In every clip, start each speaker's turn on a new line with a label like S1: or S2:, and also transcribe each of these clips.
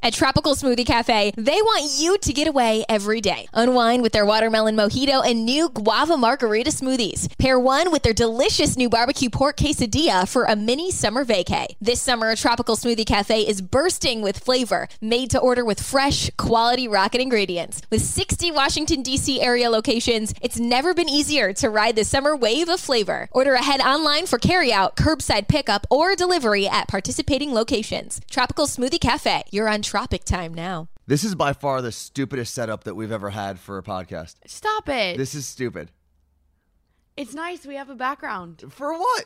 S1: at Tropical Smoothie Cafe. They want you to get away every day. Unwind with their watermelon mojito and new guava margarita smoothies. Pair one with their delicious new barbecue pork quesadilla for a mini summer vacay. This summer, Tropical Smoothie Cafe is bursting with flavor, made to order with fresh, quality rocket ingredients. With 60 Washington, D.C. area locations, it's never been easier to ride the summer wave of flavor. Order ahead online for carryout, curbside pickup, or delivery at participating locations. Tropical Smoothie Cafe, you're on Tropic Time now.
S2: This is by far the stupidest setup that we've ever had for a podcast.
S3: Stop it.
S2: This is stupid.
S3: it's nice. We have a background.
S2: For what?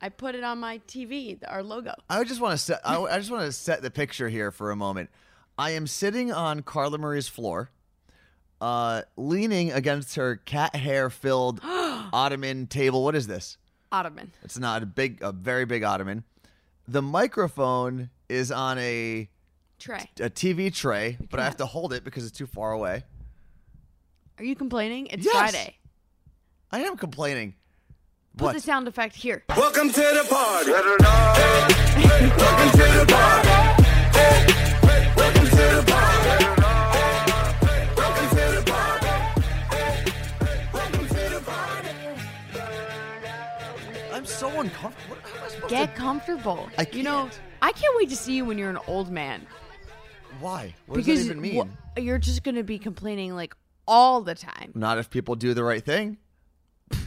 S3: I put it on my TV, th- our logo.
S2: I just want to set. I, I just want to set the picture here for a moment. I am sitting on Carla Marie's floor, uh, leaning against her cat hair filled ottoman table. What is this?
S3: Ottoman.
S2: It's not a big, a very big ottoman. The microphone is on a
S3: Tray.
S2: a TV tray, but I have to hold it because it's too far away.
S3: Are you complaining? It's
S2: Yes.
S3: Friday.
S2: I am complaining.
S3: Put
S2: What?
S3: the sound effect here.
S4: Welcome to the party. Welcome to the party. Welcome to the party. Welcome to the party. Welcome to the party.
S2: I'm so uncomfortable. What am I supposed
S3: Get comfortable.
S2: I
S3: You know,
S2: can't.
S3: I can't wait to see you when you're an old man.
S2: to? Why? What does that even mean?
S3: wha- you're just going to be complaining like all the time.
S2: Not if people do the right thing.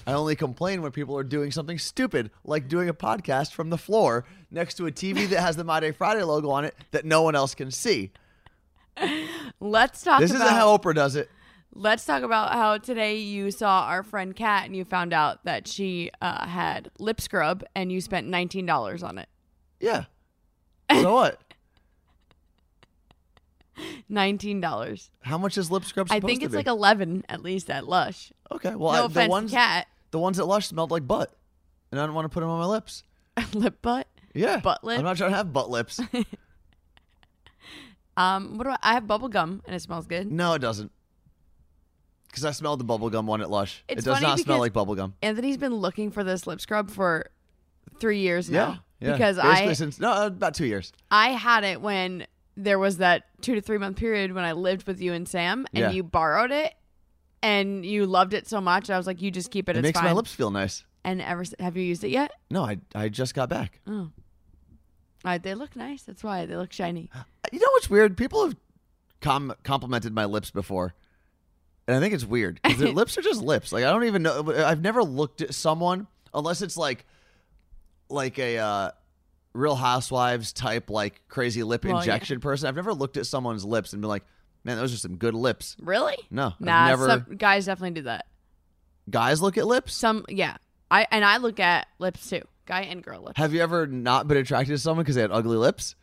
S2: I only complain when people are doing something stupid, like doing a podcast from the floor next to a TV that has the My Day Friday logo on it that no one else can see.
S3: Let's talk
S2: This
S3: about
S2: isn't how Oprah does it.
S3: Let's talk about how today you saw our friend Kat and you found out that she uh, had lip scrub and you spent $19 on it.
S2: Yeah. So what?
S3: $19.
S2: How much is lip scrub
S3: I
S2: supposed
S3: think
S2: to
S3: it's
S2: be?
S3: like 11 at least at Lush.
S2: okay. Well,
S3: no
S2: I,
S3: offense
S2: the ones
S3: to Kat.
S2: the ones at Lush smelled like butt, and I didn't want to put them on my lips.
S3: lip butt.
S2: Yeah,
S3: Butt lip?
S2: I'm not trying to have butt lips.
S3: Um, what do I, I have bubble gum and it smells good.
S2: no, it doesn't. Because I smelled the bubblegum one at Lush.
S3: It's
S2: it does
S3: funny
S2: not smell
S3: because-
S2: like bubblegum.
S3: Anthony's been looking for this lip scrub for three years
S2: Yeah.
S3: now.
S2: yeah.
S3: Because
S2: Basically
S3: I
S2: since no uh, about two years.
S3: I had it when there was that two to three month period when I lived with you and Sam, and
S2: Yeah.
S3: you borrowed it, and you loved it so much. I was like, you just keep it.
S2: It
S3: it's
S2: makes
S3: fine.
S2: my lips feel nice.
S3: And ever s- have you used it yet?
S2: No, I I just got back.
S3: Oh, Uh, they look nice. That's why they look shiny.
S2: You know what's weird? People have com- complimented my lips before, and I think it's weird because their lips are just lips. Like I don't even know. I've never looked at someone unless it's like like a uh, Real Housewives type, like crazy lip
S3: Well, yeah.
S2: injection person. I've never looked at someone's lips and been like, "Man, those are some good lips."
S3: Really?
S2: No, I've
S3: Nah,
S2: never-
S3: some guys definitely do that.
S2: Guys look at lips.
S3: Some, yeah. I and I look at lips too, guy and girl lips.
S2: Have you ever not been attracted to someone because they had ugly lips?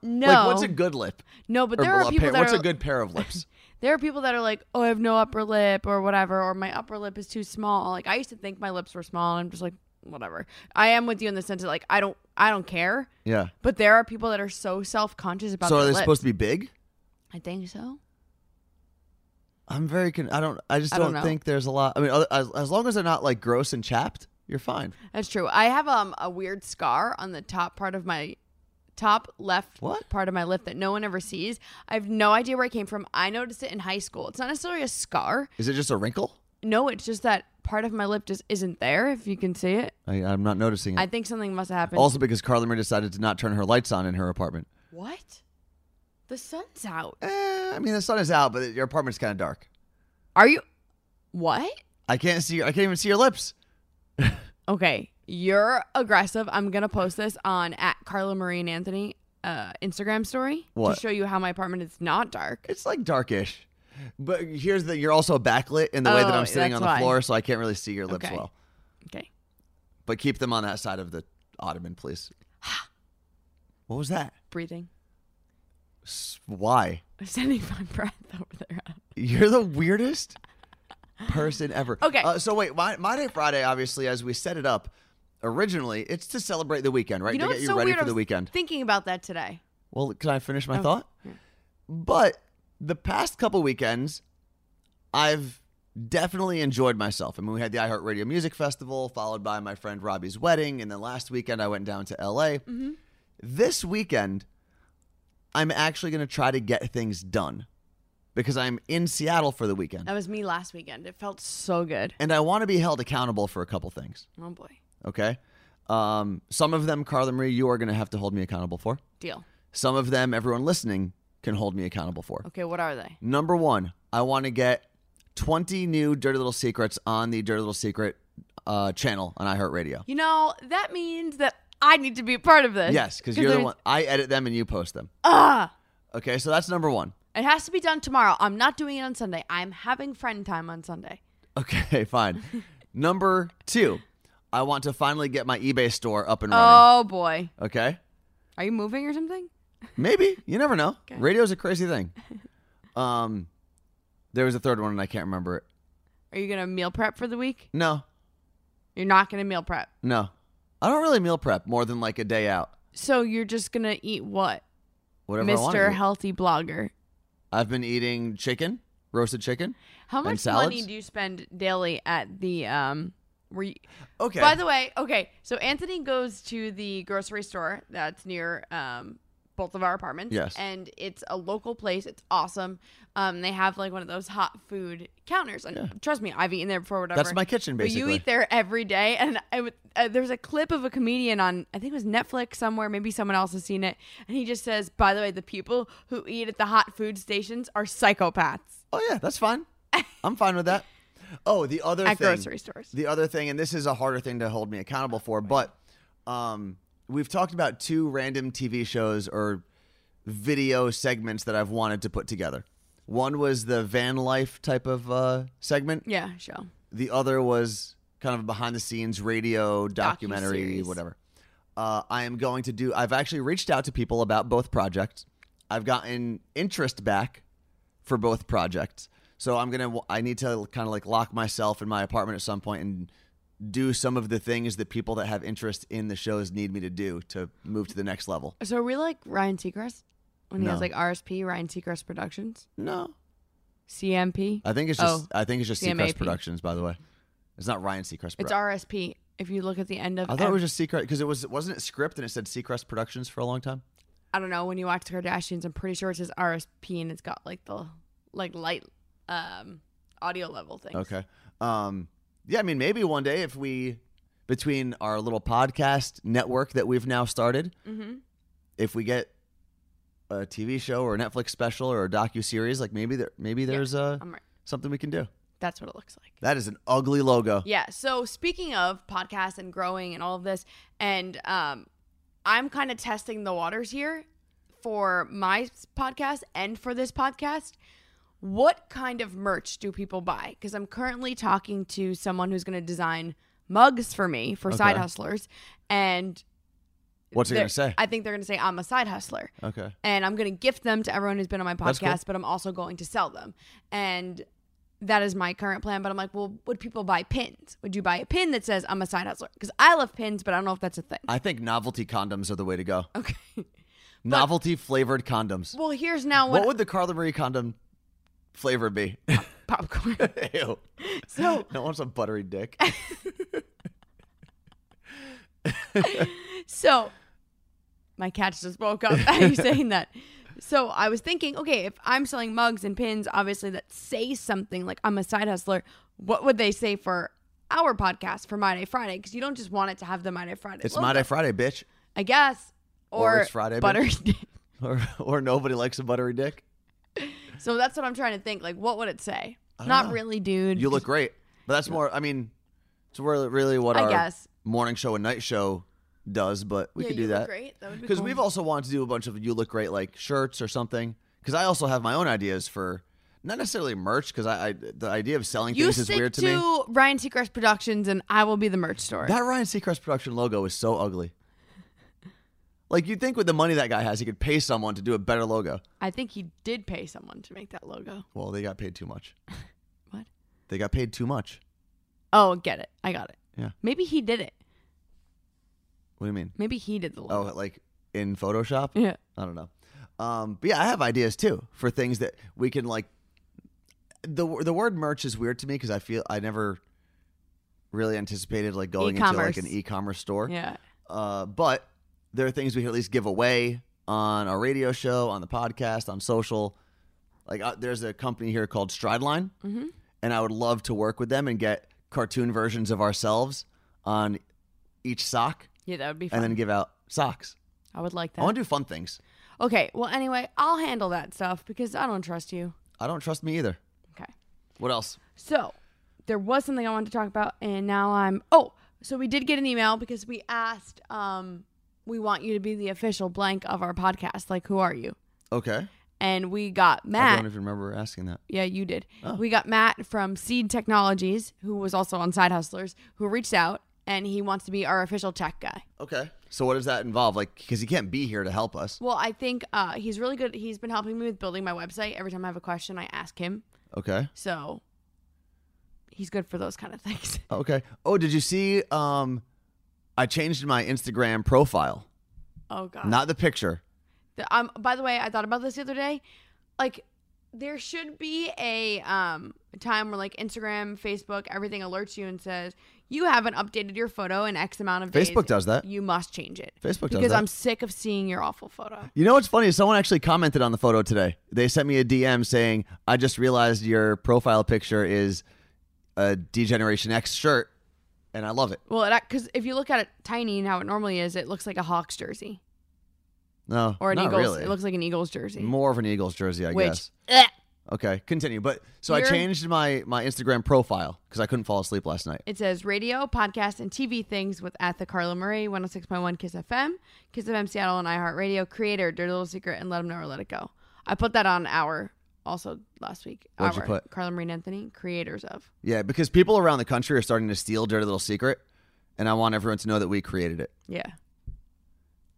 S3: no,
S2: Like, what's a good lip?
S3: no? But
S2: Or
S3: there are
S2: a
S3: people
S2: pair-
S3: that
S2: what's
S3: are,
S2: a good pair of lips?
S3: there are people that are like, oh, I have no upper lip or whatever, or my upper lip is too small. Like I used to think my lips were small, and I'm just like, whatever. I am with you in the sense that like I don't, I don't care.
S2: yeah.
S3: But there are people that are so self conscious about.
S2: So are
S3: their
S2: they
S3: lips.
S2: supposed to be big?
S3: I think so.
S2: I'm very. Con- I don't. I just
S3: I
S2: don't,
S3: don't know.
S2: think there's a lot. I mean, other- as, as long as they're not like gross and chapped, you're fine.
S3: That's true. I have um a weird scar on the top part of my top left
S2: What?
S3: part of my lip that no one ever sees. I have no idea where it came from. I noticed it in high school. It's not necessarily a scar.
S2: Is it just a wrinkle?
S3: No, it's just that part of my lip just isn't there. If you can see it,
S2: I, I'm not noticing it.
S3: I think something must have happened.
S2: also, because Carla Marie decided to not turn her lights on in her apartment.
S3: What? The sun's out.
S2: Eh, I mean, the sun is out, but your apartment's kind of dark.
S3: Are you? What?
S2: I can't see. I can't even see your lips.
S3: Okay, you're aggressive. I'm gonna post this on at Carla Marie and Anthony uh, Instagram story
S2: What?
S3: to show you how my apartment is not dark.
S2: It's like darkish. But here's the. You're also backlit in the way that
S3: Oh,
S2: I'm sitting
S3: that's
S2: on the
S3: why.
S2: floor, so I can't really see your lips
S3: Okay.
S2: well.
S3: Okay,
S2: But keep them on that side of the ottoman, please. what was that?
S3: breathing.
S2: S- Why?
S3: I'm sending my breath over there.
S2: You're the weirdest person ever.
S3: Okay.
S2: Uh, so wait, my, my day Friday, obviously, as we set it up originally, it's to celebrate the weekend, right?
S3: You know
S2: to get
S3: what's
S2: you
S3: so
S2: ready
S3: weird? I
S2: for the
S3: was
S2: weekend.
S3: Thinking about that today.
S2: well, can I finish my thought? But the past couple weekends, I've definitely enjoyed myself. I mean, we had the iHeartRadio Music Festival, followed by my friend Robbie's wedding, and then last weekend I went down to LA. This weekend, I'm actually going to try to get things done because I'm in Seattle for the weekend.
S3: That was me last weekend. It felt so good.
S2: And I want to be held accountable for a couple things,
S3: Oh boy.
S2: okay? Um, some of them, Carla Marie, you are going to have to hold me accountable for.
S3: Deal.
S2: Some of them, everyone listening can hold me accountable for.
S3: Okay, what are they?
S2: Number one, I want to get 20 new Dirty Little Secrets on the Dirty Little Secret uh, channel on iHeartRadio.
S3: You know, that means that I need to be a part of this.
S2: Yes, because you're the
S3: there's- ah!
S2: one. I edit them and you post them.
S3: Ugh.
S2: Okay, so that's number one.
S3: It has to be done tomorrow. I'm not doing it on Sunday. I'm having friend time on Sunday.
S2: Okay, fine. number two, I want to finally get my eBay store up and running.
S3: Oh boy.
S2: Okay,
S3: Are you moving or something?
S2: maybe you never know. Radio's a crazy thing. Um, there was a third one and I can't remember it.
S3: Are you gonna meal prep for the week?
S2: No,
S3: You're not gonna meal prep.
S2: no, I don't really meal prep more than like a day out.
S3: So you're just gonna eat what?
S2: Whatever I want.
S3: Mr.
S2: to eat.
S3: Healthy Blogger.
S2: I've been eating chicken, roasted chicken.
S3: How much money
S2: salads?
S3: do you spend daily at the um were you
S2: Okay.
S3: By the way, okay, so Anthony goes to the grocery store that's near um, both of our apartments.
S2: Yes.
S3: And it's a local place. It's awesome. Um, they have like one of those hot food counters. And trust me, I've eaten there before, whatever.
S2: That's my kitchen,
S3: But
S2: basically.
S3: you eat there every day. And I would, uh, there's a clip of a comedian on, I think it was Netflix somewhere. Maybe someone else has seen it. And he just says, by the way, the people who eat at the hot food stations are psychopaths
S2: oh yeah, that's fine. I'm fine with that. Oh, the other
S3: at
S2: thing.
S3: grocery stores.
S2: The other thing, and this is a harder thing to hold me accountable for, but um, we've talked about two random TV shows or video segments that I've wanted to put together. One was the van life type of uh, segment.
S3: yeah, show.
S2: The other was kind of a behind the scenes radio documentary,
S3: Docuseries.
S2: whatever. Uh, I am going to do. I've actually reached out to people about both projects. I've gotten interest back for both projects. So I'm gonna. I need to kind of like lock myself in my apartment at some point and do some of the things that people that have interest in the shows need me to do to move to the next level.
S3: So are we like Ryan Seacrest when he has
S2: No.
S3: like RSP, Ryan Seacrest Productions,
S2: No,
S3: CMP?
S2: I think it's just.
S3: Oh,
S2: I think it's just Seacrest
S3: CMAP.
S2: Productions. By the way, it's not Ryan Seacrest.
S3: It's
S2: Produ-
S3: RSP. If you look at the end of,
S2: I thought it
S3: ev-
S2: was just Seacrest because it was wasn't it script and it said Seacrest Productions for a long time.
S3: I don't know when you watch the Kardashians. I'm pretty sure it says RSP and it's got like the like light um audio level thing.
S2: Okay. Um, yeah, I mean, maybe one day if we, between our little podcast network that we've now started,
S3: Mm-hmm.
S2: if we get a TV show or a Netflix special or a docu series, like maybe there, maybe there's uh
S3: I'm right.
S2: something we can do.
S3: That's what it looks like.
S2: That is an ugly logo.
S3: Yeah. So speaking of podcasts and growing and all of this, and um, I'm kind of testing the waters here for my s- podcast and for this podcast. What kind of merch do people buy? Because I'm currently talking to someone who's going to design mugs for me for side
S2: Okay.
S3: hustlers, and
S2: What's it gonna
S3: they're-
S2: say?
S3: I think they're going to say I'm a side hustler
S2: okay.
S3: and I'm going to gift them to everyone who's been on my
S2: That's
S3: podcast,
S2: cool.
S3: but I'm also going to sell them. And that is my current plan. But I'm like, well, would people buy pins? Would you buy a pin that says I'm a side hustler? Because I love pins, but I don't know if that's a thing.
S2: I think novelty condoms are the way to go.
S3: Okay.
S2: Novelty flavored condoms.
S3: Well, here's now
S2: What
S3: what,
S2: would the Carla Marie condom flavor be?
S3: popcorn.
S2: Ew.
S3: so
S2: I want some buttery dick.
S3: So my cats just woke up at you saying that. So I was thinking, okay, if I'm selling mugs and pins, obviously that say something like I'm a side hustler, what would they say for our podcast for My Day Friday? Because you don't just want it to have the My Day Friday.
S2: It's
S3: logo,
S2: My Day Friday, bitch.
S3: I guess. Or,
S2: Or it's Friday,
S3: butter.
S2: Or, or nobody likes a buttery dick.
S3: so that's what I'm trying to think. Like, what would it say?
S2: don't
S3: Not
S2: know.
S3: really, dude.
S2: You look great, but that's more. I mean, it's really, really what
S3: I
S2: our
S3: guess.
S2: morning show and night show does. But we
S3: Yeah,
S2: could
S3: you
S2: do
S3: look
S2: that
S3: Great. That would be
S2: because
S3: cool.
S2: we've also wanted to do a bunch of you look great like shirts or something. Because I also have my own ideas for not necessarily merch. Because I, I the idea of selling
S3: you
S2: things is
S3: stick
S2: weird to,
S3: to
S2: me.
S3: Ryan Seacrest Productions, and I will be the merch store.
S2: That Ryan Seacrest production logo is so ugly. Like you'd think with the money that guy has, he could pay someone to do a better logo.
S3: I think he did pay someone to make that logo.
S2: Well, they got paid too much.
S3: What?
S2: They got paid too much.
S3: Oh, get it. I got it.
S2: Yeah.
S3: Maybe he did it.
S2: What do you mean?
S3: Maybe he did the
S2: Oh,
S3: logo.
S2: like in Photoshop?
S3: Yeah.
S2: I don't know. Um, but yeah, I have ideas too for things that we can like. the The word merch is weird to me because I feel I never really anticipated like going into like
S3: E-commerce.
S2: an e-commerce store.
S3: Yeah.
S2: Uh, but there are things we can at least give away on our radio show, on the podcast, on social. Like, uh, there's a company here called Strideline,
S3: Mm-hmm.
S2: and I would love to work with them and get cartoon versions of ourselves on each sock,
S3: Yeah, that would be fun.
S2: and then give out socks.
S3: I would like
S2: I want
S3: that.
S2: to do fun things.
S3: Okay. Well, anyway, I'll handle that stuff because I don't trust you.
S2: I don't trust me either.
S3: Okay.
S2: What else?
S3: So there was something I wanted to talk about, and now I'm. Oh, so we did get an email because we asked, um, we want you to be the official blank of our podcast. Like, who are you?
S2: Okay,
S3: And we got
S2: I
S3: Matt.
S2: don't Oh. even remember asking that.
S3: Yeah, you did. We got Matt from Seed Technologies, who was also on Side Hustlers, who reached out and he wants to be our official tech guy.
S2: Okay, so what does that involve? Like, because he can't be here to help us.
S3: Well, I think uh, he's really good. He's been helping me with building my website. Every time I have a question, I ask him.
S2: Okay.
S3: So he's good for those kind of things.
S2: Okay. Oh, did you see? Um, I changed my Instagram profile,
S3: Oh, God.
S2: not the picture.
S3: The, um, by the way, I thought about this the other day. Like, there should be a um time where like Instagram, Facebook, everything alerts you and says you haven't updated your photo in X amount of days.
S2: Facebook does that.
S3: You must change it.
S2: Facebook does
S3: because
S2: that.
S3: I'm sick of seeing your awful photo.
S2: You know what's funny? is Someone actually commented on the photo today. They sent me a DM saying, "I just realized your profile picture is a Degeneration X shirt, and I love it."
S3: Well, because if you look at it tiny and how it normally is, it looks like a Hawks jersey
S2: No,
S3: or an
S2: not
S3: Eagles.
S2: really.
S3: It looks like an Eagles jersey.
S2: more of an Eagles jersey, I
S3: which
S2: guess.
S3: eh,
S2: Okay, continue. But so I
S3: You're-
S2: changed my my Instagram profile because I couldn't fall asleep last night.
S3: it says radio, podcast, and TV things with at the Carla Murray, 106.1 Kiss FM, Kiss FM Seattle, and iHeartRadio. Creator, Dirty Little Secret, and Let Them Know or Let It Go. I put that on our also last week.
S2: What'd you
S3: our
S2: put?
S3: Carla Marie and Anthony, creators of.
S2: Yeah, because people around the country are starting to steal Dirty Little Secret, and I want everyone to know that we created it.
S3: Yeah.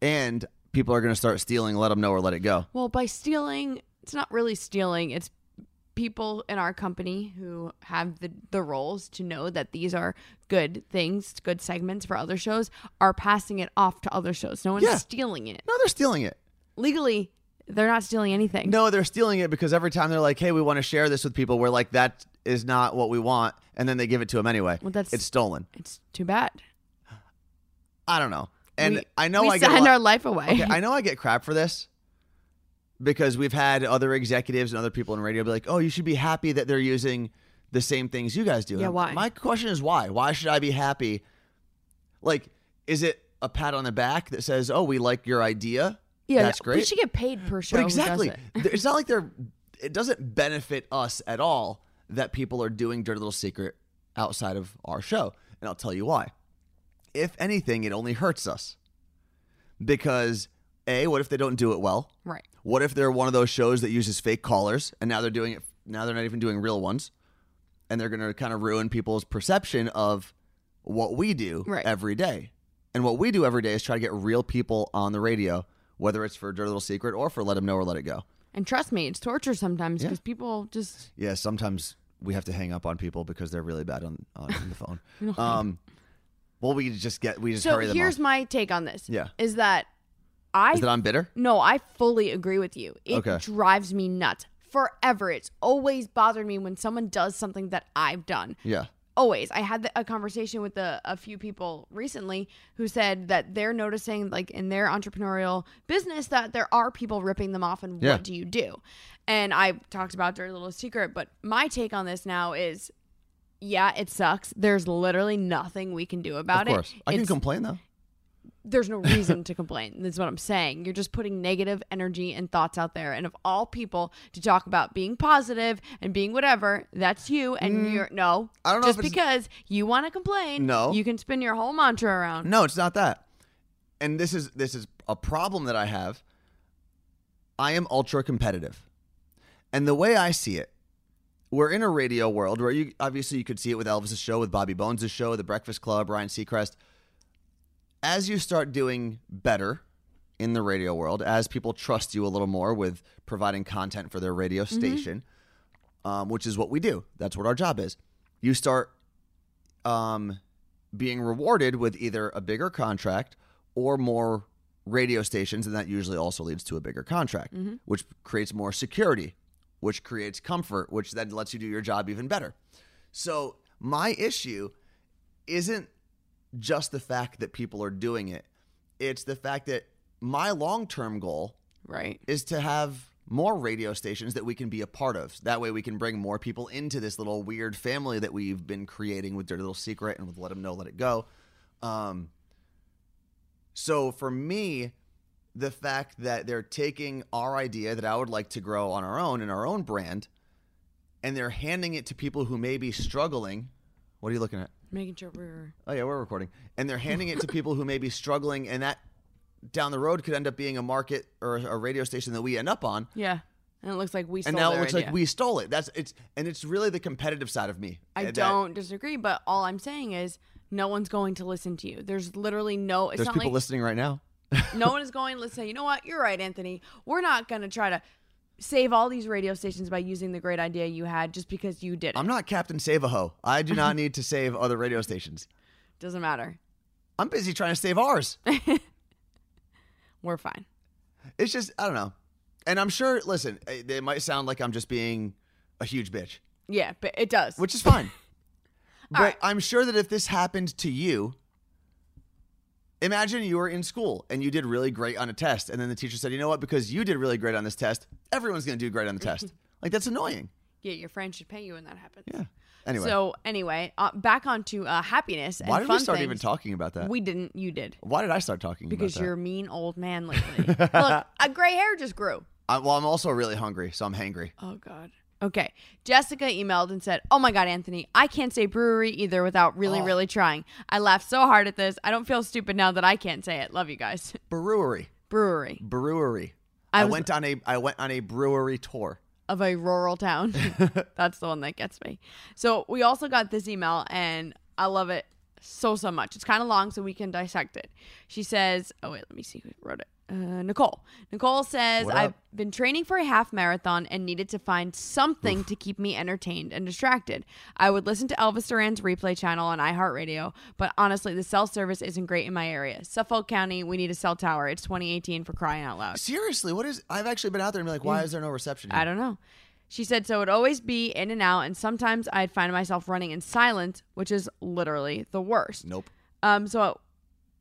S2: And people are going to start stealing. Let them know or let it go.
S3: Well, by stealing, it's not really stealing. It's people in our company who have the, the roles to know that these are good things, good segments for other shows, are passing it off to other shows. No one's
S2: Yeah.
S3: stealing it.
S2: No, they're stealing it.
S3: Legally, they're not stealing anything.
S2: No, they're stealing it because every time they're like, "Hey, we want to share this with people," we're like, "That is not what we want," and then they give it to them anyway.
S3: Well, that's-
S2: it's stolen.
S3: It's too bad.
S2: I don't know, and
S3: We-
S2: I know
S3: we
S2: I get a
S3: signed
S2: lot-
S3: our life away.
S2: Okay, I know I get crap for this because we've had other executives and other people in radio be like, "Oh, you should be happy that they're using the same things you guys do."
S3: Yeah,
S2: And
S3: why?
S2: My question is why? Why should I be happy? Like, is it a pat on the back that says, "Oh, we like your idea"? that's great.
S3: We should get paid per show.
S2: but
S3: who does
S2: exactly,
S3: it.
S2: Th- it's not like they're. It doesn't benefit us at all that people are doing Dirty Little Secret outside of our show, and I'll tell you why. If anything, it only hurts us because a. What if they don't do it well?
S3: Right.
S2: What if they're one of those shows that uses fake callers and now they're doing it now they're not even doing real ones and they're going to kind of ruin people's perception of what we do
S3: Right.
S2: every day. And what we do every day is try to get real people on the radio, whether it's for Dirty Little Secret or for Let Them Know or Let It Go.
S3: And trust me, it's torture sometimes
S2: Yeah.
S3: because people just
S2: Yeah, sometimes we have to hang up on people because they're really bad on on the phone. Um well we just get we just
S3: So
S2: hurry them
S3: here's
S2: up.
S3: my take on this.
S2: Yeah.
S3: Is that I
S2: Is that I'm bitter?
S3: No, I fully agree with you. It
S2: Okay.
S3: drives me nuts. Forever. It's always bothered me when someone does something that I've done.
S2: Yeah.
S3: always i had the- a conversation with a, a few people recently who said that they're noticing like in their entrepreneurial business that there are people ripping them off and
S2: Yeah.
S3: what do you do and i talked about dirty little secret but my take on this now is yeah it sucks there's literally nothing we can do about
S2: Of course.
S3: it
S2: I can
S3: It's-
S2: complain though.
S3: there's no reason to complain that's what i'm saying you're just putting negative energy and thoughts out there and of all people to talk about being positive and being whatever that's you and you're no
S2: Mm. I don't know
S3: just
S2: if it's-
S3: because you want to complain
S2: No.
S3: you can spin your whole mantra around
S2: No, it's not that. And this is this is a problem that I have. I am ultra competitive. And the way I see it, we're in a radio world where you obviously you could see it with Elvis's show, with Bobby Bones' show, The Breakfast Club, Ryan Seacrest. As you start doing better in the radio world, as people trust you a little more with providing content for their radio station, um, which is what we do. That's what our job is. You start um, being rewarded with either a bigger contract or more radio stations, and that usually also leads to a bigger contract, which creates more security, which creates comfort, which then lets you do your job even better. So, my issue isn't just the fact that people are doing it, it's the fact that my long term goal
S3: right?
S2: is to have more radio stations that we can be a part of. That way we can bring more people into this little weird family that we've been creating with Dirty Little Secret and with Let Them Know, Let It Go. Um, so for me, the fact that they're taking our idea that I would like to grow on our own in our own brand and they're handing it to people who may be struggling. What are you looking at?
S3: Making sure we're
S2: Oh yeah, we're recording. And they're handing it to people who may be struggling and that down the road could end up being a market or a a radio station that we end up on.
S3: yeah. And it looks like we.
S2: And
S3: stole
S2: now it
S3: their
S2: looks
S3: idea.
S2: like we stole it. That's it's and it's really the competitive side of me.
S3: I
S2: that-
S3: don't disagree, but all I'm saying is no one's going to listen to you. There's literally no. It's
S2: There's
S3: not
S2: people
S3: like
S2: listening right now.
S3: no one is going to listen. You know what? You're right, Anthony. We're not going to try to save all these radio stations by using the great idea you had just because you did it.
S2: I'm not Captain Save a Ho. I do not need to save other radio stations.
S3: Doesn't matter.
S2: I'm busy trying to save ours.
S3: We're fine.
S2: It's just I don't know. And I'm sure. Listen, eh, they might sound like I'm just being a huge bitch,
S3: Yeah, but it does.
S2: which is fine. but
S3: right.
S2: I'm sure that if this happened to you, imagine you were in school and you did really great on a test, and then the teacher said, "You know what? Because you did really great on this test, everyone's going to do great on the test." like that's annoying.
S3: yeah, your friend should pay you when that happens.
S2: Yeah. Anyway,
S3: So anyway, uh, back onto uh, happiness. And
S2: why did
S3: fun
S2: we start even
S3: things.
S2: talking about that?
S3: We didn't. You did
S2: why did I start talking
S3: because
S2: about
S3: you're a mean old man lately. Look, a gray hair just grew.
S2: that? I, well, I'm also really hungry, so I'm hangry.
S3: Oh God. Okay. Jessica emailed and said, "Oh my God, Anthony, I can't say brewery either without really, really trying. I laughed so hard at this. I don't feel stupid now that I can't say it. Love you guys.
S2: Brewery,
S3: brewery
S2: brewery.
S3: I
S2: I,
S3: was-
S2: went on a I went on a brewery tour.
S3: of a rural town. That's the one that gets me. So we also got this email, and I love it so so much. It's kind of long, so we can dissect it. She says, "Oh wait, let me see who wrote it." Uh, Nicole. Nicole says,
S2: What
S3: "I've
S2: up?
S3: been training for a half marathon and needed to find something to keep me entertained and distracted. I would listen to Elvis Duran's replay channel on iHeartRadio, but honestly, the cell service isn't great in my area. Suffolk County, we need a cell tower. It's 2018 for crying out loud.
S2: Seriously, what is? I've actually been out there and been like, why is there no reception? Here?
S3: Mm. I don't know. She said, so it'd always be in and out, and sometimes I'd find myself running in silence, which is literally the worst.
S2: Nope.
S3: Um, so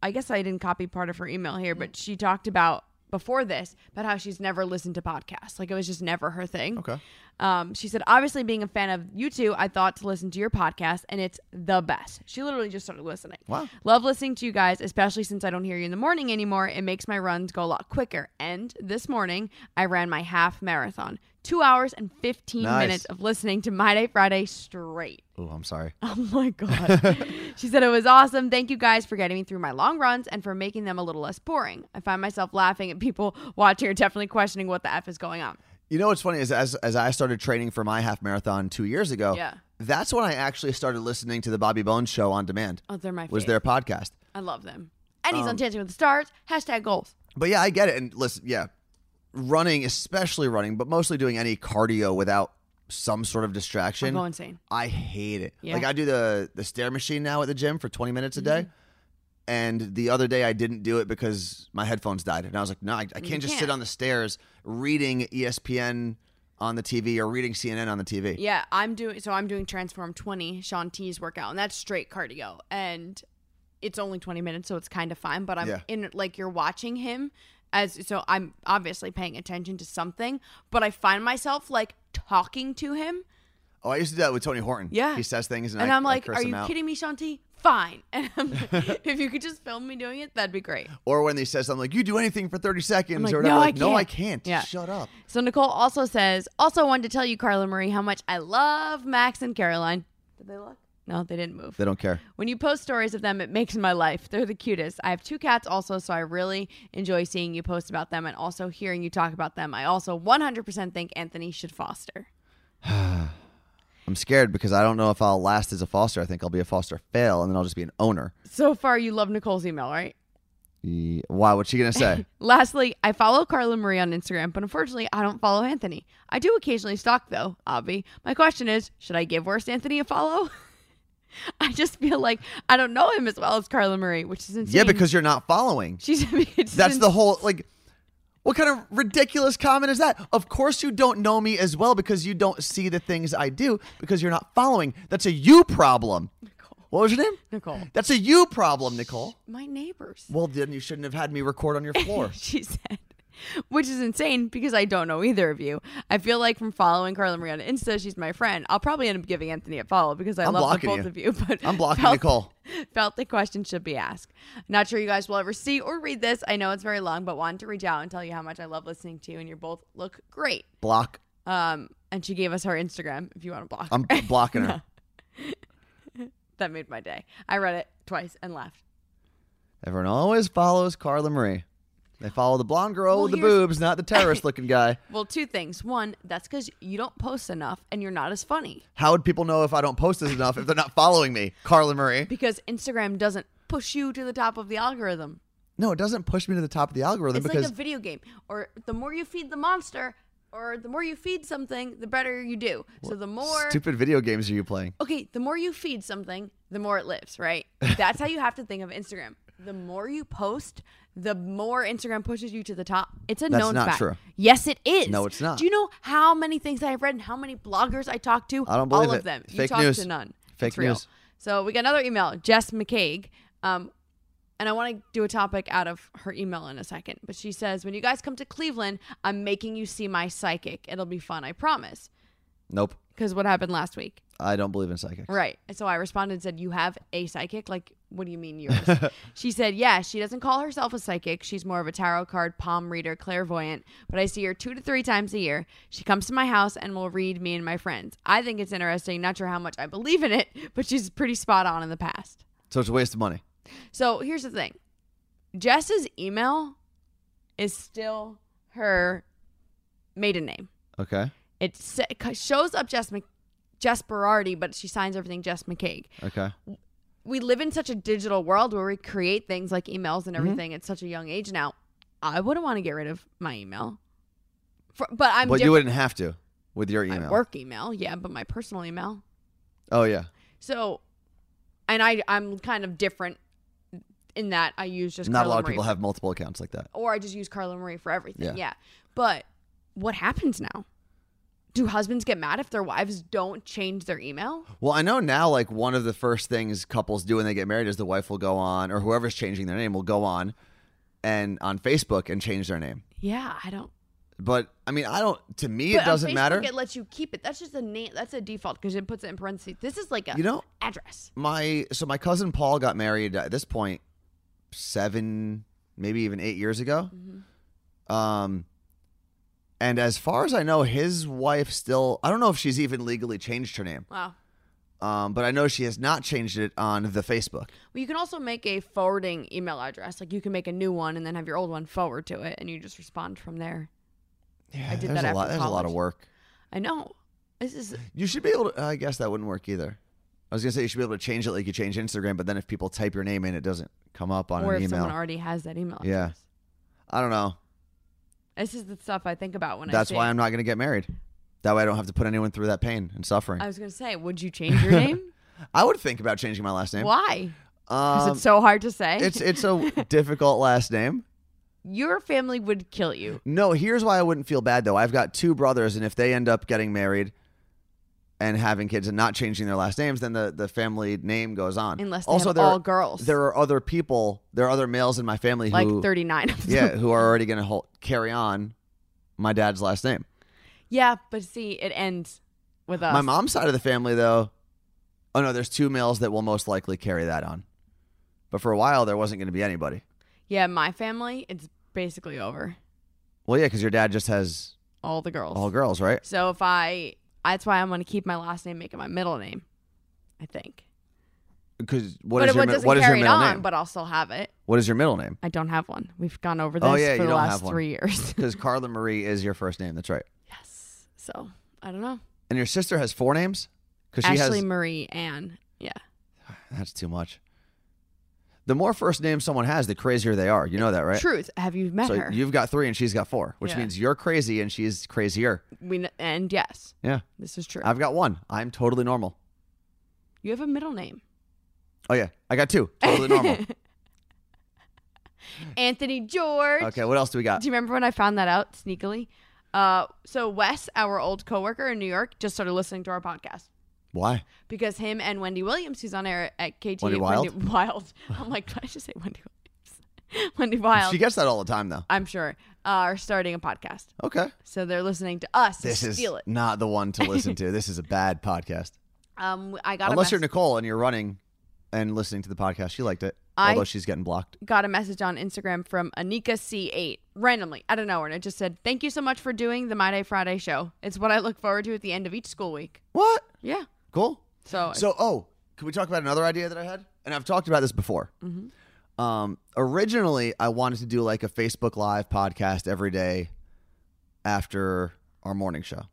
S3: I guess I didn't copy part of her email here, but she talked about before this about how she's never listened to podcasts. Like it was just never her thing.
S2: Okay.
S3: Um, she said, obviously, being a fan of you two, I thought to listen to your podcast, and it's the best. She literally just started listening.
S2: Wow.
S3: Love listening to you guys, especially since I don't hear you in the morning anymore. It makes my runs go a lot quicker. And this morning, I ran my half marathon. Two hours and 15
S2: Nice.
S3: minutes of listening to My Day Friday straight.
S2: Oh, I'm sorry.
S3: Oh my God. she said, It was awesome. Thank you guys for getting me through my long runs and for making them a little less boring. I find myself laughing at people watching or definitely questioning what the F is going on.
S2: You know what's funny is as as I started training for my half marathon two years ago.
S3: Yeah.
S2: That's when I actually started listening to the Bobby Bones show on demand.
S3: Oh, they're my
S2: was
S3: fave.
S2: their podcast.
S3: I love them. And
S2: Um,
S3: he's on Dancing with the Stars. Hashtag goals.
S2: But yeah, I get it. And listen, yeah, running, especially running, but mostly doing any cardio without some sort of distraction.
S3: Go insane.
S2: I hate it.
S3: Yeah. Mm-hmm.
S2: Like I do the the stair machine now at the gym for 20 minutes a day. And the other day I didn't do it because my headphones died. And I was like, no, I, I can't just
S3: can't.
S2: sit on the stairs reading E ESPN on the TV or reading CNN on the TV.
S3: Yeah, I'm doing so I'm doing Transform 20, Sean T's workout, and that's straight cardio. And it's only 20 minutes, so it's kind of fine, but I'm
S2: Yeah.
S3: in like you're watching him as so I'm obviously paying attention to something, but I find myself like talking to him
S2: Oh, I used to do that with Tony Horton.
S3: Yeah.
S2: He says things and,
S3: and
S2: I,
S3: I'm like,
S2: I curse
S3: "Are
S2: him
S3: you
S2: out.
S3: kidding me, Sean T? Fine." And I'm like, if you could just film me doing it, that'd be great.
S2: Or when he says something like, you do anything for 30 seconds
S3: like,
S2: or whatever.
S3: "No, I
S2: like, no, I
S3: can't."
S2: can't.
S3: Yeah.
S2: Shut up.
S3: So Nicole also says, also wanted to tell you, Carla Marie, how much I love Max and Caroline. Did they look? No, they didn't move.
S2: They don't care.
S3: When you post stories of them, it makes my life. They're the cutest. I have two cats also, so I really enjoy seeing you post about them and also hearing you talk about them. I also 100% think Anthony should foster.
S2: I'm scared because I don't know if I'll last as a foster. I think I'll be a foster fail and then I'll just be an owner.
S3: So far, you love Nicole's email, right?
S2: Ye- Why? What's she going to say?
S3: Lastly, I follow Carla Marie on Instagram, but unfortunately, I don't follow Anthony. I do occasionally stalk, though, Avi. My question is should I give Worst Anthony a follow? I just feel like I don't know him as well as Carla Marie, which is insane.
S2: yeah, because you're not following.
S3: she's. it's
S2: That's
S3: ins-
S2: the whole, like, what kind of ridiculous comment is that? Of course you don't know me as well because you don't see the things I do because you're not following. That's a you problem. What was your name?
S3: Nicole.
S2: That's a you problem, Nicole.
S3: My neighbors.
S2: Well, then you shouldn't have had me record on your floor.
S3: she said which is insane because I don't know either of you. I feel like from following Carla Marie on Insta, she's my friend. I'll probably end up giving Anthony a follow because I
S2: I'm
S3: love the
S2: blocking
S3: both
S2: you.
S3: of you. But
S2: I'm blocking
S3: felt-
S2: Nicole.
S3: Felt the question should be asked. Not sure you guys will ever see or read this. I know it's very long, but wanted to reach out and tell you how much I love listening to you, and you both look great.
S2: Block.
S3: Um, and she gave us her Instagram if you want to block.
S2: I'm
S3: her.
S2: blocking her.
S3: that made my day. I read it twice and laughed.
S2: Everyone always follows Carla Marie. They follow the blonde girl
S3: Well,
S2: with the
S3: here's-
S2: boobs, not the terrorist looking guy.
S3: Well, two things. One, that's because you don't post enough and you're not as funny
S2: How would people know if I don't post this enough if they're not following me, Carla Marie?
S3: because Instagram doesn't push you to the top of the algorithm.
S2: No, it doesn't push me to the top of the algorithm
S3: It's
S2: because
S3: like a video game. Or the more you feed the monster, or the more you feed something, the better you do. So the more
S2: stupid video games are you playing?
S3: okay, the more you feed something, the more it lives, right? That's how you have to think of Instagram. The more you post, the more Instagram pushes you to the top. It's a
S2: That's
S3: known
S2: not
S3: fact.
S2: true.
S3: Yes, it is.
S2: No, it's not.
S3: Do you know how many things I've read and how many bloggers I talked to?
S2: I don't believe
S3: All
S2: it.
S3: of them. you
S2: Fake
S3: talked
S2: news.
S3: to none.
S2: Fake
S3: It's real.
S2: news.
S3: So we got another email, Jess McCaig. Um, and I want to do a topic out of her email in a second. But she says, When you guys come to Cleveland, I'm making you see my psychic. It'll be fun, I promise.
S2: Nope.
S3: Because what happened last week?
S2: I don't believe in psychics.
S3: Right. And so I responded and said, You have a psychic? Like, what do you mean yours? she said, Yeah, she doesn't call herself a psychic. She's more of a tarot card, palm reader, clairvoyant, but I see her two to three times a year. She comes to my house and will read me and my friends. I think it's interesting. Not sure how much I believe in it, but she's pretty spot on in the past.
S2: So it's a waste of money.
S3: So here's the thing Jess's email is still her maiden name.
S2: Okay.
S3: It sa- shows up Jess, Mc- Jess Berardi, but she signs everything Jess McCaig
S2: Okay.
S3: we live in such a digital world where we create things like emails
S2: Mm-hmm.
S3: and everything at such a young age now. I wouldn't want to get rid of my email. For, but I'm
S2: but
S3: diff-
S2: you wouldn't have to with your email.
S3: my work email, yeah, but my personal email.
S2: Oh yeah.
S3: So and I I'm kind of different in that I use just
S2: Not a
S3: Carla
S2: lot of
S3: Marie
S2: people
S3: for-
S2: have multiple accounts like that.
S3: or I just use Carla Marie for everything.
S2: Yeah.
S3: Yeah. But what happens now? Do husbands get mad if their wives don't change their email?
S2: Well, I know now like one of the first things couples do when they get married is the wife will go on or whoever's changing their name will go on and on Facebook and change their name.
S3: Yeah, I don't
S2: But I mean, I don't to me
S3: But
S2: it
S3: on
S2: doesn't
S3: Facebook,
S2: matter.
S3: It lets you keep it. That's just a name. That's a default because it puts it in parentheses. This is like a
S2: You know-
S3: address.
S2: my so my cousin Paul got married at this point seven, maybe even eight years ago.
S3: Mm-hmm.
S2: Um, and as far as I know, his wife still I don't know if she's even legally changed her name.
S3: Wow.
S2: Um, but I know she has not changed it on the Facebook.
S3: Well, you can also make a forwarding email address. Like you can make a new one and then have your old one forward to it, and you just respond from there.
S2: Yeah,
S3: I did
S2: there's
S3: that
S2: a
S3: after
S2: lot. There's a lot of
S3: college.
S2: work.
S3: I know. This is
S2: You should be able to. I guess that wouldn't work either. I was gonna say you should be able to change it like you change Instagram, but then if people type your name in, it doesn't come up on
S3: or
S2: an
S3: if
S2: email.
S3: someone already has that email.
S2: Yeah.
S3: Address.
S2: I don't know.
S3: This is the stuff I think about when I.
S2: That's
S3: see
S2: why
S3: it.
S2: I'm not gonna get married. That way I don't have to put anyone through that pain and suffering.
S3: I was gonna say, would you change your name?
S2: I would think about changing my last name.
S3: why? Because
S2: Um,
S3: it's so hard to say.
S2: it's it's a difficult last name.
S3: your family would kill you.
S2: No, here's why I wouldn't feel bad though. I've got two brothers, and if they end up getting married and having kids and not changing their last names, then the, the family name goes on.
S3: Unless they have
S2: there
S3: all
S2: are-
S3: girls.
S2: There are other people. There are other males in my family
S3: Like
S2: who,
S3: 39 of them.
S2: yeah, who are already going to carry on my dad's last name.
S3: Yeah, but see, it ends with us.
S2: My mom's side of the family, though, oh no, there's two males that will most likely carry that on. But for a while, there wasn't going to be anybody.
S3: Yeah, my family, it's basically over.
S2: Well, yeah, because your dad just has
S3: All the girls.
S2: all girls, right?
S3: So if I, that's why I'm going to keep my last name, make it my middle name, I think.
S2: Because what
S3: but
S2: is
S3: it
S2: your mi-
S3: doesn't
S2: what is your
S3: carry
S2: middle
S3: it on,
S2: name?
S3: but I'll still have it.
S2: what is your middle name?
S3: I don't have one. We've gone over this
S2: Oh, yeah,
S3: for
S2: you
S3: the
S2: don't
S3: last
S2: have one.
S3: three years.
S2: Because Carla Marie is your first name. That's right.
S3: yes. So I don't know.
S2: And your sister has four names. Because she
S3: Ashley
S2: has
S3: Marie Ann. Yeah.
S2: that's too much. The more first names someone has, the crazier they are. You know that, right?
S3: Truth. Have you met
S2: So
S3: her?
S2: you've got three and she's got four, which
S3: Yeah.
S2: means you're crazy and she's crazier.
S3: we, kn- and yes,
S2: Yeah,
S3: this is true.
S2: I've got one. I'm totally normal.
S3: you have a middle name.
S2: Oh yeah, I got two. Totally normal.
S3: Anthony George.
S2: okay, what else do we got?
S3: Do you remember when I found that out sneakily? Uh, so Wes, our old coworker in New York, just started listening to our podcast
S2: Why?
S3: because him and Wendy Williams, who's on air at KT,
S2: Wendy Wild?
S3: Wild. I'm like, did I just say Wendy Williams? Wendy Wild.
S2: She gets that all the time though.
S3: I'm sure. are starting a podcast.
S2: Okay.
S3: So they're listening to us
S2: This is
S3: steal it.
S2: not the one to listen to. This is a bad podcast.
S3: Um, I got
S2: Unless
S3: a
S2: you're
S3: mess-
S2: Nicole and you're running and listening to the podcast. She liked it.
S3: I-
S2: although she's getting blocked.
S3: got a message on Instagram from Anika C8 randomly I don't know, and it just said, "Thank you so much for doing the My Day Friday show. It's what I look forward to at the end of each school week."
S2: What?
S3: Yeah.
S2: Cool.
S3: So,
S2: So, oh, can we talk about another idea that I had? And I've talked about this before. Um, originally, I wanted to do like a Facebook Live podcast every day after our morning show.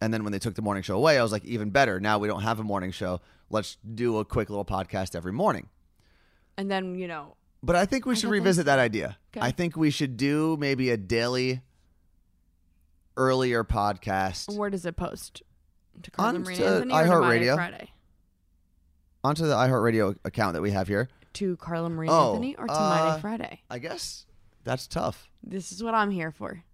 S2: And then when they took the morning show away, I was like, even better. Now we don't have a morning show. Let's do a quick little podcast every morning.
S3: and then you know,
S2: But I think we should
S3: got that.
S2: revisit that idea.
S3: Okay.
S2: I think we should do maybe a daily earlier podcast
S3: where does it post? To Carla
S2: On
S3: Marie
S2: to
S3: Anthony or to My Day
S2: iHeartRadio.
S3: Friday.
S2: onto the iHeartRadio account that we have here.
S3: To Carla Marie
S2: Oh,
S3: Anthony or to My
S2: uh,
S3: Day Friday.
S2: I guess that's tough.
S3: This is what I'm here for.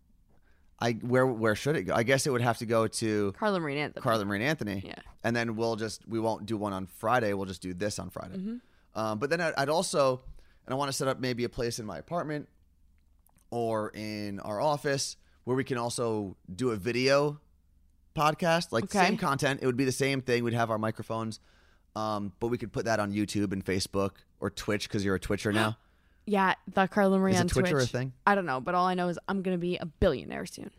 S2: I where where should it go? I guess it would have to go to
S3: Carla Marie Anthony.
S2: Carla Marie and Anthony.
S3: Yeah.
S2: And then we'll just we won't do one on Friday. We'll just do this on Friday.
S3: Mm-hmm.
S2: Um, but then I'd, I'd also and I want to set up maybe a place in my apartment or in our office where we can also do a video podcast, like
S3: Okay.
S2: same content. It would be the same thing. We'd have our microphones, um, but we could put that on YouTube and Facebook or Twitch because you're a Twitcher now.
S3: Yeah, the Carla Marie
S2: Is a
S3: on
S2: Twitcher a
S3: Twitch.
S2: thing?
S3: I don't know, but all I know is I'm gonna be a billionaire soon.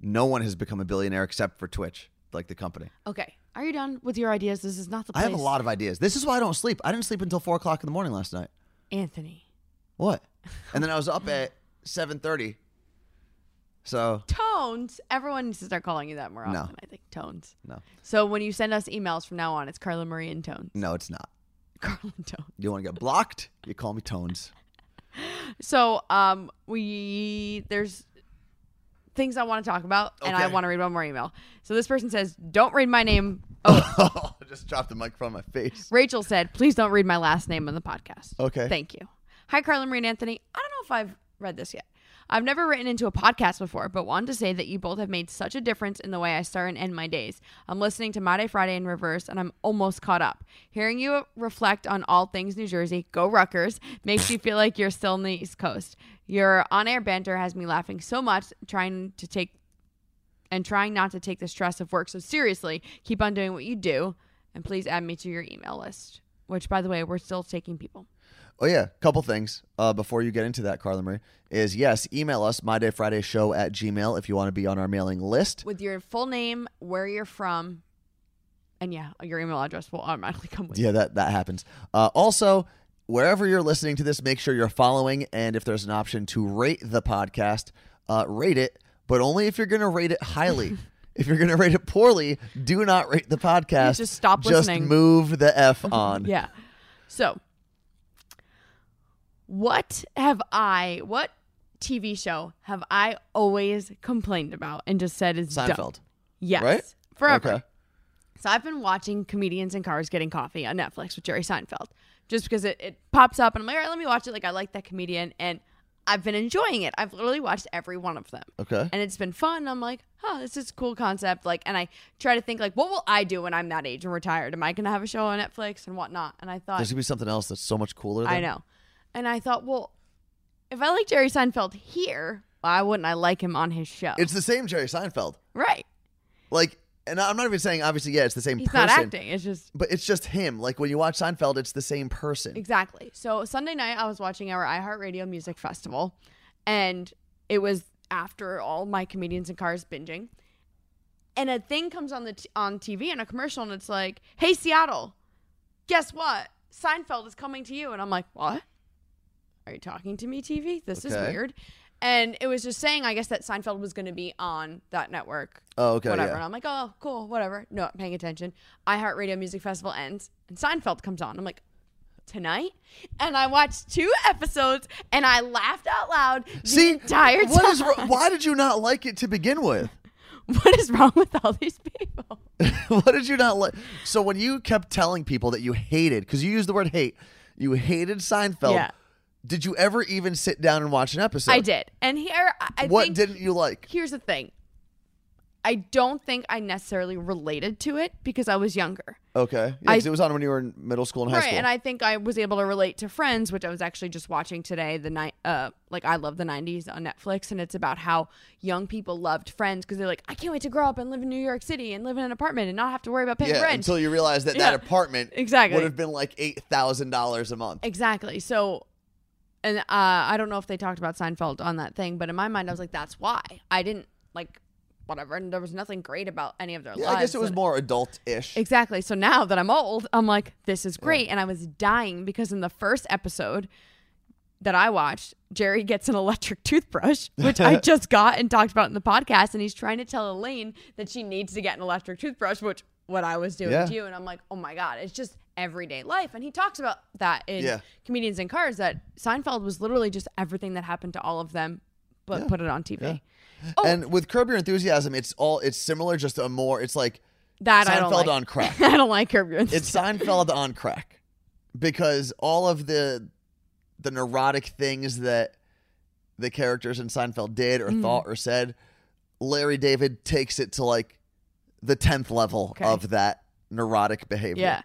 S2: no one has become a billionaire except for Twitch, like the company.
S3: Okay, are you done with your ideas? This is not the
S2: I
S3: place.
S2: have a lot of ideas. This is why I don't sleep. I didn't sleep until four o'clock in the morning last night.
S3: Anthony.
S2: What? And then I was up at seven thirty. So
S3: Tones. Everyone needs to start calling you that more often.
S2: No.
S3: I think tones.
S2: no,
S3: So when you send us emails from now on, it's Carla Marie and Tones.
S2: no, it's not.
S3: Carla and Tones.
S2: You want to get blocked? You call me Tones.
S3: So um, we there's things I want to talk about, and I
S2: Okay.
S3: want to read one more email. So this person says, "Don't read my name." Oh,
S2: I just dropped the microphone on my face.
S3: Rachel said, "Please don't read my last name on the podcast."
S2: Okay.
S3: Thank you. Hi, Carla Marie and Anthony. I don't know if I've read this yet. I've never written into a podcast before, but wanted to say that you both have made such a difference in the way I start and end my days. I'm listening to My Day Friday in reverse, and I'm almost caught up. Hearing you reflect on all things New Jersey, go Rutgers, makes you feel like you're still on the East Coast. Your on air banter has me laughing so much, trying to take and trying not to take the stress of work so seriously. Keep on doing what you do, and please add me to your email list, which, by the way, we're still taking people.
S2: Oh yeah, couple things uh, before you get into that, Carla Marie is yes, email us mydayfridayshow at gmail if you want to be on our mailing list.
S3: with your full name, where you're from, and yeah, your email address will automatically come with. it.
S2: Yeah, that that happens. Uh, also, wherever you're listening to this, make sure you're following, and if there's an option to rate the podcast, uh, rate it, but only if you're going to rate it highly. if you're going to rate it poorly, do not rate the podcast.
S3: just stop listening.
S2: Just move the f on.
S3: Yeah. So, what have I? What TV show have I always complained about and just said is dumb?
S2: Seinfeld.
S3: Yes.
S2: right?
S3: Forever.
S2: Okay.
S3: So I've been watching comedians in cars getting coffee on Netflix with Jerry Seinfeld, just because it, it pops up and I'm like, all right, let me watch it. Like I like that comedian, and I've been enjoying it. I've literally watched every one of them.
S2: Okay.
S3: and it's been fun. I'm like, huh, this is a cool concept. Like, and I try to think like, what will I do when I'm that age and retired? Am I gonna have a show on Netflix and whatnot? And I thought,
S2: There's gonna be something else that's so much cooler. Than,
S3: I know, and I thought, well, if I like Jerry Seinfeld here, why wouldn't I like him on his show?
S2: It's the same Jerry Seinfeld.
S3: right.
S2: Like, and I'm not even saying obviously. Yeah, it's the same
S3: He's
S2: person.
S3: not acting. It's just
S2: But it's just him. Like when you watch Seinfeld, it's the same person.
S3: Exactly. So Sunday night, I was watching our iHeartRadio Music Festival, and it was after all my comedians and cars binging, and a thing comes on the t- on TV and a commercial, and it's like, "Hey Seattle, guess what? Seinfeld is coming to you," and I'm like, "What? Are you talking to me, TV? This is
S2: Okay.
S3: weird." And it was just saying, I guess that Seinfeld was going to be on that network
S2: Oh, okay.
S3: whatever. And
S2: Yeah.
S3: I'm like, oh, cool, whatever. Not paying attention. iHeartRadio Music Festival ends and Seinfeld comes on. I'm like, tonight? And I watched two episodes and I laughed out loud the
S2: See,
S3: entire time.
S2: what is wr- why did you not like it to begin with?
S3: what is wrong with all these people?
S2: what did you not like? So when you kept telling people that you hated, because you used the word hate, you hated Seinfeld.
S3: Yeah.
S2: Did you ever even sit down and watch an episode?
S3: I did. And here, I I
S2: What
S3: think,
S2: didn't you like?
S3: here's the thing. I don't think I necessarily related to it because I was younger.
S2: Okay. Yeah, 'cause it was on when you were in middle school and high
S3: right,
S2: school.
S3: and I think I was able to relate to Friends, which I was actually just watching today. The night, uh, like I love the '90s on Netflix, and it's about how young people loved Friends because they're like, I can't wait to grow up and live in New York City and live in an apartment and not have to worry about paying
S2: yeah,
S3: rent.
S2: until you realize that that
S3: Yeah,
S2: apartment
S3: exactly.
S2: would have been like eight thousand dollars a month.
S3: Exactly. So, and uh, I don't know if they talked about Seinfeld on that thing, but in my mind, I was like, that's why I didn't like whatever, and there was nothing great about any of their
S2: Yeah,
S3: lives.
S2: I guess it was
S3: and-
S2: more adult-ish.
S3: Exactly. So now that I'm old, I'm like, this is great, and I was dying because in the first episode that I watched, Jerry gets an electric toothbrush, which I just got and talked about in the podcast, and he's trying to tell Elaine that she needs to get an electric toothbrush, which what I was doing
S2: Yeah.
S3: to you, and I'm like, oh my god, it's just everyday life, and he talks about that in
S2: Yeah.
S3: comedians in cars that Seinfeld was literally just everything that happened to all of them, but put it on TV. Oh.
S2: And with Curb Your Enthusiasm, it's all it's similar, just a more. It's like
S3: That I don't
S2: Seinfeld
S3: like.
S2: on crack.
S3: I don't like Curb Your
S2: it's Seinfeld on crack because all of the the neurotic things that the characters in Seinfeld did
S3: Mm.
S2: or thought or said, Larry David takes it to like the tenth level
S3: Okay.
S2: of that neurotic behavior.
S3: Yeah.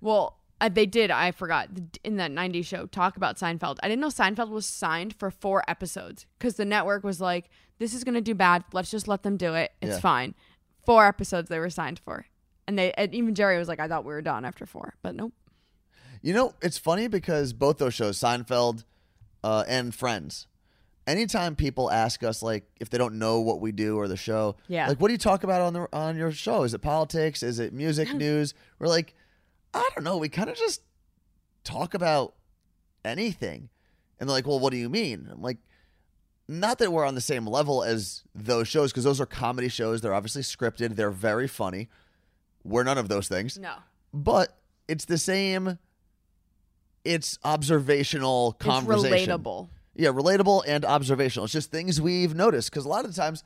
S3: Well, uh, they did. I forgot th- in that '90s show talk about Seinfeld. I didn't know Seinfeld was signed for four episodes because the network was like, "This is gonna do bad. Let's just let them do it. It's
S2: Yeah.
S3: fine." Four episodes they were signed for, and they and even Jerry was like, "I thought we were done after four, but nope."
S2: You know, it's funny because both those shows, Seinfeld uh, and Friends, anytime people ask us like if they don't know what we do or the show,
S3: Yeah.
S2: like what do you talk about on the on your show? Is it politics? Is it music news? We're like, I don't know. We kind of just talk about anything, and they're like, well, what do you mean? I'm like. Not that we're on the same level as those shows, because those are comedy shows. They're obviously scripted. They're very funny. We're none of those things
S3: No.
S2: but it's the same it's observational conversation
S3: It's relatable.
S2: yeah relatable and observational it's just things we've noticed because a lot of the times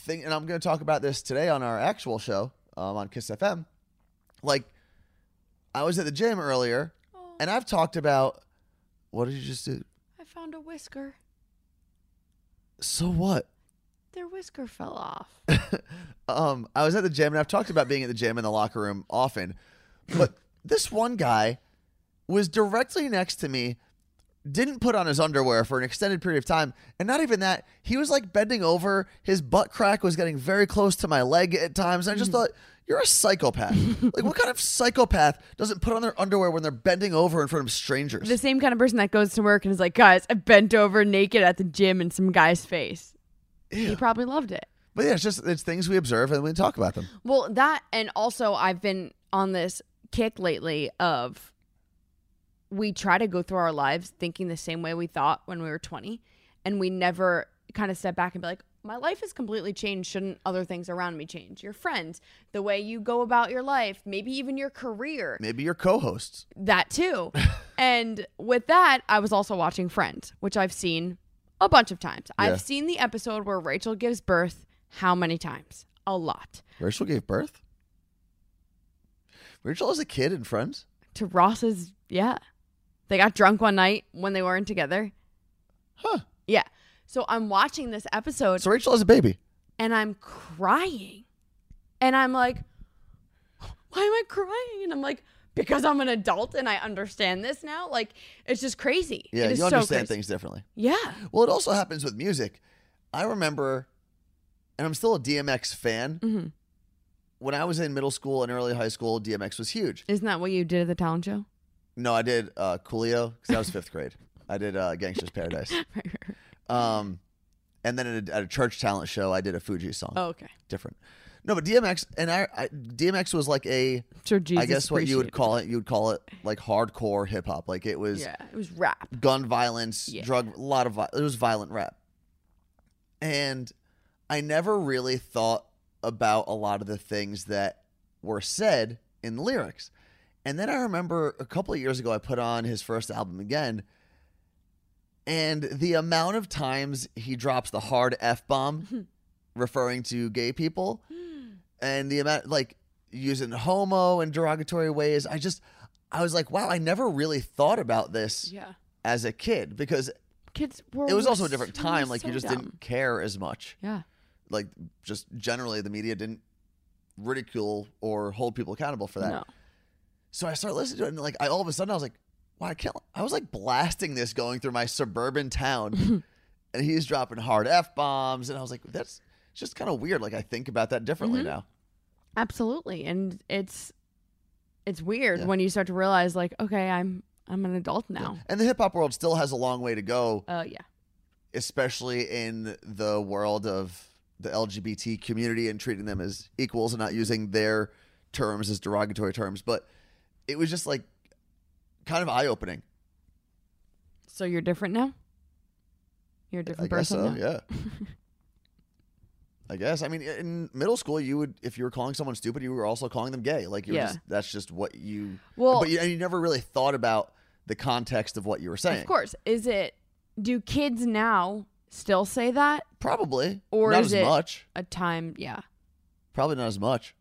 S2: thing and i'm going to talk about this today on our actual show um, on kiss fm like i was at the gym earlier and i've talked about what did you just do
S3: Oh, I found a whisker.
S2: so what
S3: Their whisker fell off.
S2: um, I was at the gym, and I've talked about being at the gym in the locker room often, but this one guy was directly next to me, didn't put on his underwear for an extended period of time, and not even that, he was like bending over. His butt crack was getting very close to my leg at times. And I just thought, you're a psychopath. like, what kind of psychopath doesn't put on their underwear when they're bending over in front of strangers?
S3: the same kind of person that goes to work and is like, "Guys, I bent over naked at the gym in some guy's face." He probably loved it.
S2: but yeah, it's just it's things we observe and we talk about them.
S3: Well, that and also I've been on this kick lately of we try to go through our lives thinking the same way we thought when we were 20 and we never kind of step back and be like my life has completely changed shouldn't other things around me change your friends the way you go about your life maybe even your career
S2: Maybe your co-hosts.
S3: that too. and with that, I was also watching Friends, which I've seen a bunch of times.
S2: Yeah.
S3: I've seen the episode where Rachel gives birth how many times? A lot.
S2: Rachel gave birth. Rachel was a kid in Friends.
S3: To Ross's, yeah. They got drunk one night when they weren't together.
S2: Huh.
S3: Yeah. So I'm watching this episode
S2: So Rachel has a baby.
S3: and I'm crying. And I'm like, why am I crying? And I'm like, because I'm an adult and I understand this now. Like, it's just crazy.
S2: Yeah,
S3: it is
S2: you understand
S3: so crazy.
S2: things differently.
S3: Yeah.
S2: Well, it also happens with music. I remember, and I'm still a DMX fan.
S3: Mhm.
S2: When I was in middle school and early high school, DMX was huge.
S3: Isn't that what you did at the talent show?
S2: No, I did uh, Coolio because that was fifth grade. I did uh, Gangster's Paradise. Um, and then at a, at a church talent show, I did a Fuji song.
S3: Oh, okay.
S2: Different. No, but DMX and I, I DMX was like a
S3: So Jesus,
S2: I guess what you would
S3: appreciated
S2: call it, you would call it like hardcore hip hop. Like it
S3: it.
S2: was
S3: Yeah, it was rap.
S2: gun violence,
S3: Yeah.
S2: drug, a lot of vi- it was violent rap. And I never really thought about a lot of the things that were said in the lyrics. And then I remember a couple of years ago, I put on his first album again. And the amount of times he drops the hard F bomb referring to gay people and the amount, like using homo in derogatory ways, I just, I was like, wow, I never really thought about this
S3: Yeah,
S2: as a kid because
S3: kids were.
S2: it was also a
S3: so-
S2: different
S3: we were
S2: time. Like
S3: so
S2: you just
S3: dumb.
S2: didn't care as much.
S3: Yeah,
S2: like just generally the media didn't ridicule or hold people accountable for that.
S3: No.
S2: So I started listening to it, and like I all of a sudden I was like, "Wow, I can't!" I was like blasting this going through my suburban town, and he's dropping hard f bombs, and I was like, "That's it's just kind of weird." Like I think about that differently now.
S3: Absolutely. And it's it's weird
S2: Yeah.
S3: when you start to realize like, okay, I'm I'm an adult now.
S2: And the hip hop world still has a long way to go,
S3: Oh yeah.
S2: especially in the world of the LGBT community and treating them as equals and not using their terms as derogatory terms. But it was just like kind of eye opening.
S3: So you're different now? You're a
S2: I
S3: different
S2: guess
S3: person
S2: so.
S3: now?
S2: Yeah. I guess. I mean, in middle school, you would if you were calling someone stupid, you were also calling them gay. Like, you were
S3: Yeah.
S2: just, that's just what you.
S3: Well-
S2: but you, and you never really thought about the context of what you were saying.
S3: Of course. Is it do kids now still say that?
S2: Probably.
S3: Or
S2: not
S3: is
S2: as
S3: it-
S2: much.
S3: A time yeah.
S2: Probably not as much.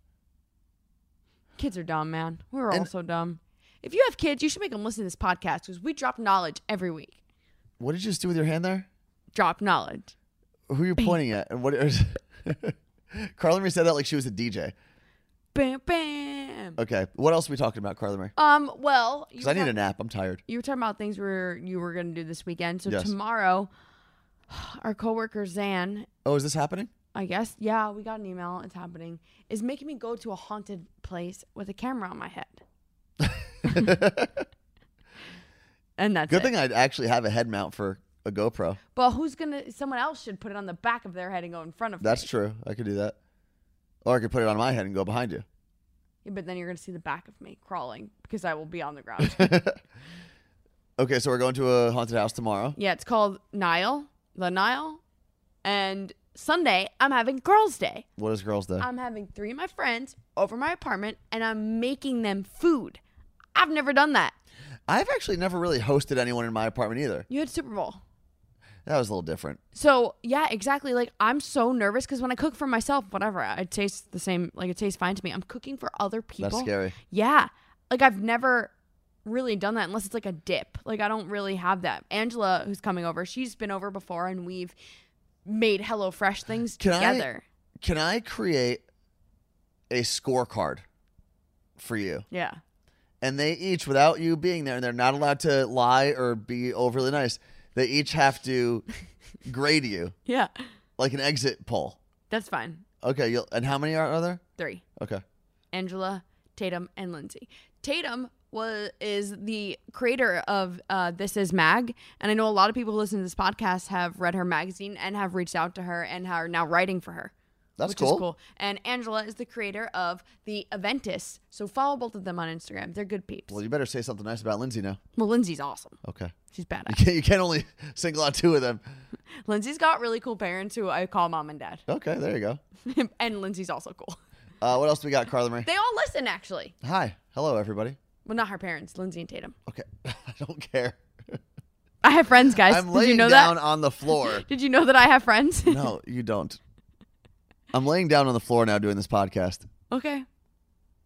S3: Kids are dumb, man. We're all
S2: And-
S3: so dumb. If you have kids, you should make them listen to this podcast because we drop knowledge every week.
S2: What did you just do with your hand there?
S3: Drop knowledge.
S2: Who are you pointing at? And what is? Carla Marie said that like she was a DJ.
S3: Bam bam.
S2: Okay. What else are we talking about, Carla Marie?
S3: Um, well, you
S2: Because I need
S3: talk-
S2: a nap. I'm tired.
S3: you were talking about things we were you were going to do this weekend. So
S2: Yes.
S3: tomorrow, our coworker Zan,
S2: Oh, is this happening?
S3: I guess, yeah, we got an email. It's happening. Is making me go to a haunted place with a camera on my head. and that's
S2: Good
S3: it.
S2: thing I actually have a head mount for a GoPro.
S3: But who's gonna? Someone else should put it on the back of their head and go in front of.
S2: That's
S3: me.
S2: true. I could do that. Or I could put it on my head and go behind you.
S3: Yeah, but then you're gonna see the back of me crawling because I will be on the ground.
S2: Okay, so we're going to a haunted house tomorrow.
S3: yeah, it's called Nile, the Nile, and Sunday I'm having Girls' Day.
S2: What is girls day?
S3: I'm having three of my friends over my apartment and I'm making them food. I've never done that.
S2: I've actually never really hosted anyone in my apartment either.
S3: You had Super Bowl.
S2: That was a little different.
S3: So, yeah, exactly. Like, I'm so nervous because when I cook for myself, whatever, I- it tastes the same. Like, it tastes fine to me. I'm cooking for other people.
S2: That's scary.
S3: Yeah. Like, I've never really done that unless it's like a dip. Like, I don't really have that. Angela, who's coming over, she's been over before and we've made HelloFresh things
S2: Can I-
S3: together.
S2: Can I create a scorecard for you?
S3: Yeah.
S2: and they each, without you being there, and they're not allowed to lie or be overly nice. They each have to grade you
S3: Yeah.
S2: like an exit poll.
S3: That's fine.
S2: Okay, you'll, and how many are, are there?
S3: Three.
S2: Okay,
S3: Angela, Tatum, and Lindsay. Tatum was is the creator of uh, This Is Mag, and I know a lot of people who listen to this podcast have read her magazine and have reached out to her and are now writing for her.
S2: that's
S3: which
S2: cool.
S3: is cool. And Angela is the creator of the Aventus, so follow both of them on Instagram. They're good peeps.
S2: Well,
S3: Well,
S2: you better say something nice about Lindsay now.
S3: Lindsay's awesome.
S2: Okay,
S3: She's
S2: you
S3: badass.
S2: can't, you can't only single out two of them.
S3: Lindsay's got really cool parents who I call mom and dad,
S2: Okay, there you go.
S3: and Lindsay's also cool.
S2: Uh, what else we got, Carla Marie?
S3: They all listen, actually.
S2: Hi, hello everybody.
S3: Well, not her parents, Lindsay and Tatum.
S2: Okay, I don't care.
S3: I have friends, guys.
S2: I'm
S3: Did
S2: laying
S3: you know
S2: down
S3: that?
S2: on the floor.
S3: Did you know that I have friends?
S2: no, you don't. I'm laying down on the floor now doing this podcast.
S3: Okay.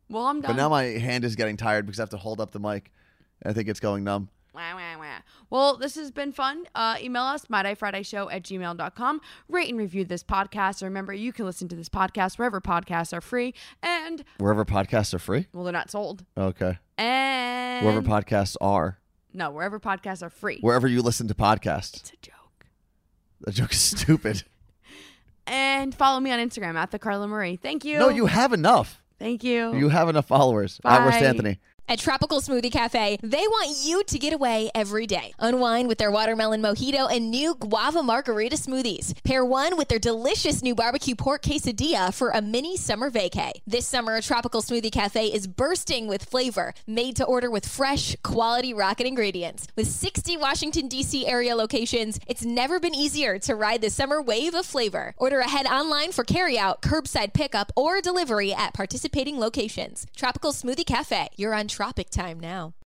S3: Well, I'm done.
S2: But now my hand is getting tired because I have to hold up the mic. I think it's going numb.
S3: Wah, wah, wah. Well, this has been fun. Uh, email us, mydayfridayshow at gmail.com. Rate and review this podcast. Remember, you can listen to this podcast wherever podcasts are free. And,
S2: Wherever podcasts are free.
S3: well, they're not sold.
S2: Okay.
S3: And,
S2: Wherever podcasts are.
S3: no, wherever podcasts are free.
S2: Wherever you listen to podcasts.
S3: it's a joke.
S2: That joke is stupid.
S3: And follow me on Instagram at the Carla Marie. Thank you.
S2: no, you have enough.
S3: Thank you.
S2: You have enough followers. At Worst
S3: Bye.
S2: Anthony.
S1: At Tropical Smoothie Cafe, they want you to get away every day. Unwind with their watermelon mojito and new guava margarita smoothies. Pair one with their delicious new barbecue pork quesadilla for a mini summer vacay. This summer, Tropical Smoothie Cafe is bursting with flavor, made to order with fresh, quality rocket ingredients. With 60 Washington, D.C. area locations, it's never been easier to ride the summer wave of flavor. Order ahead online for carryout, curbside pickup, or delivery at participating locations. Tropical Smoothie Cafe, you're on Tropic Time now.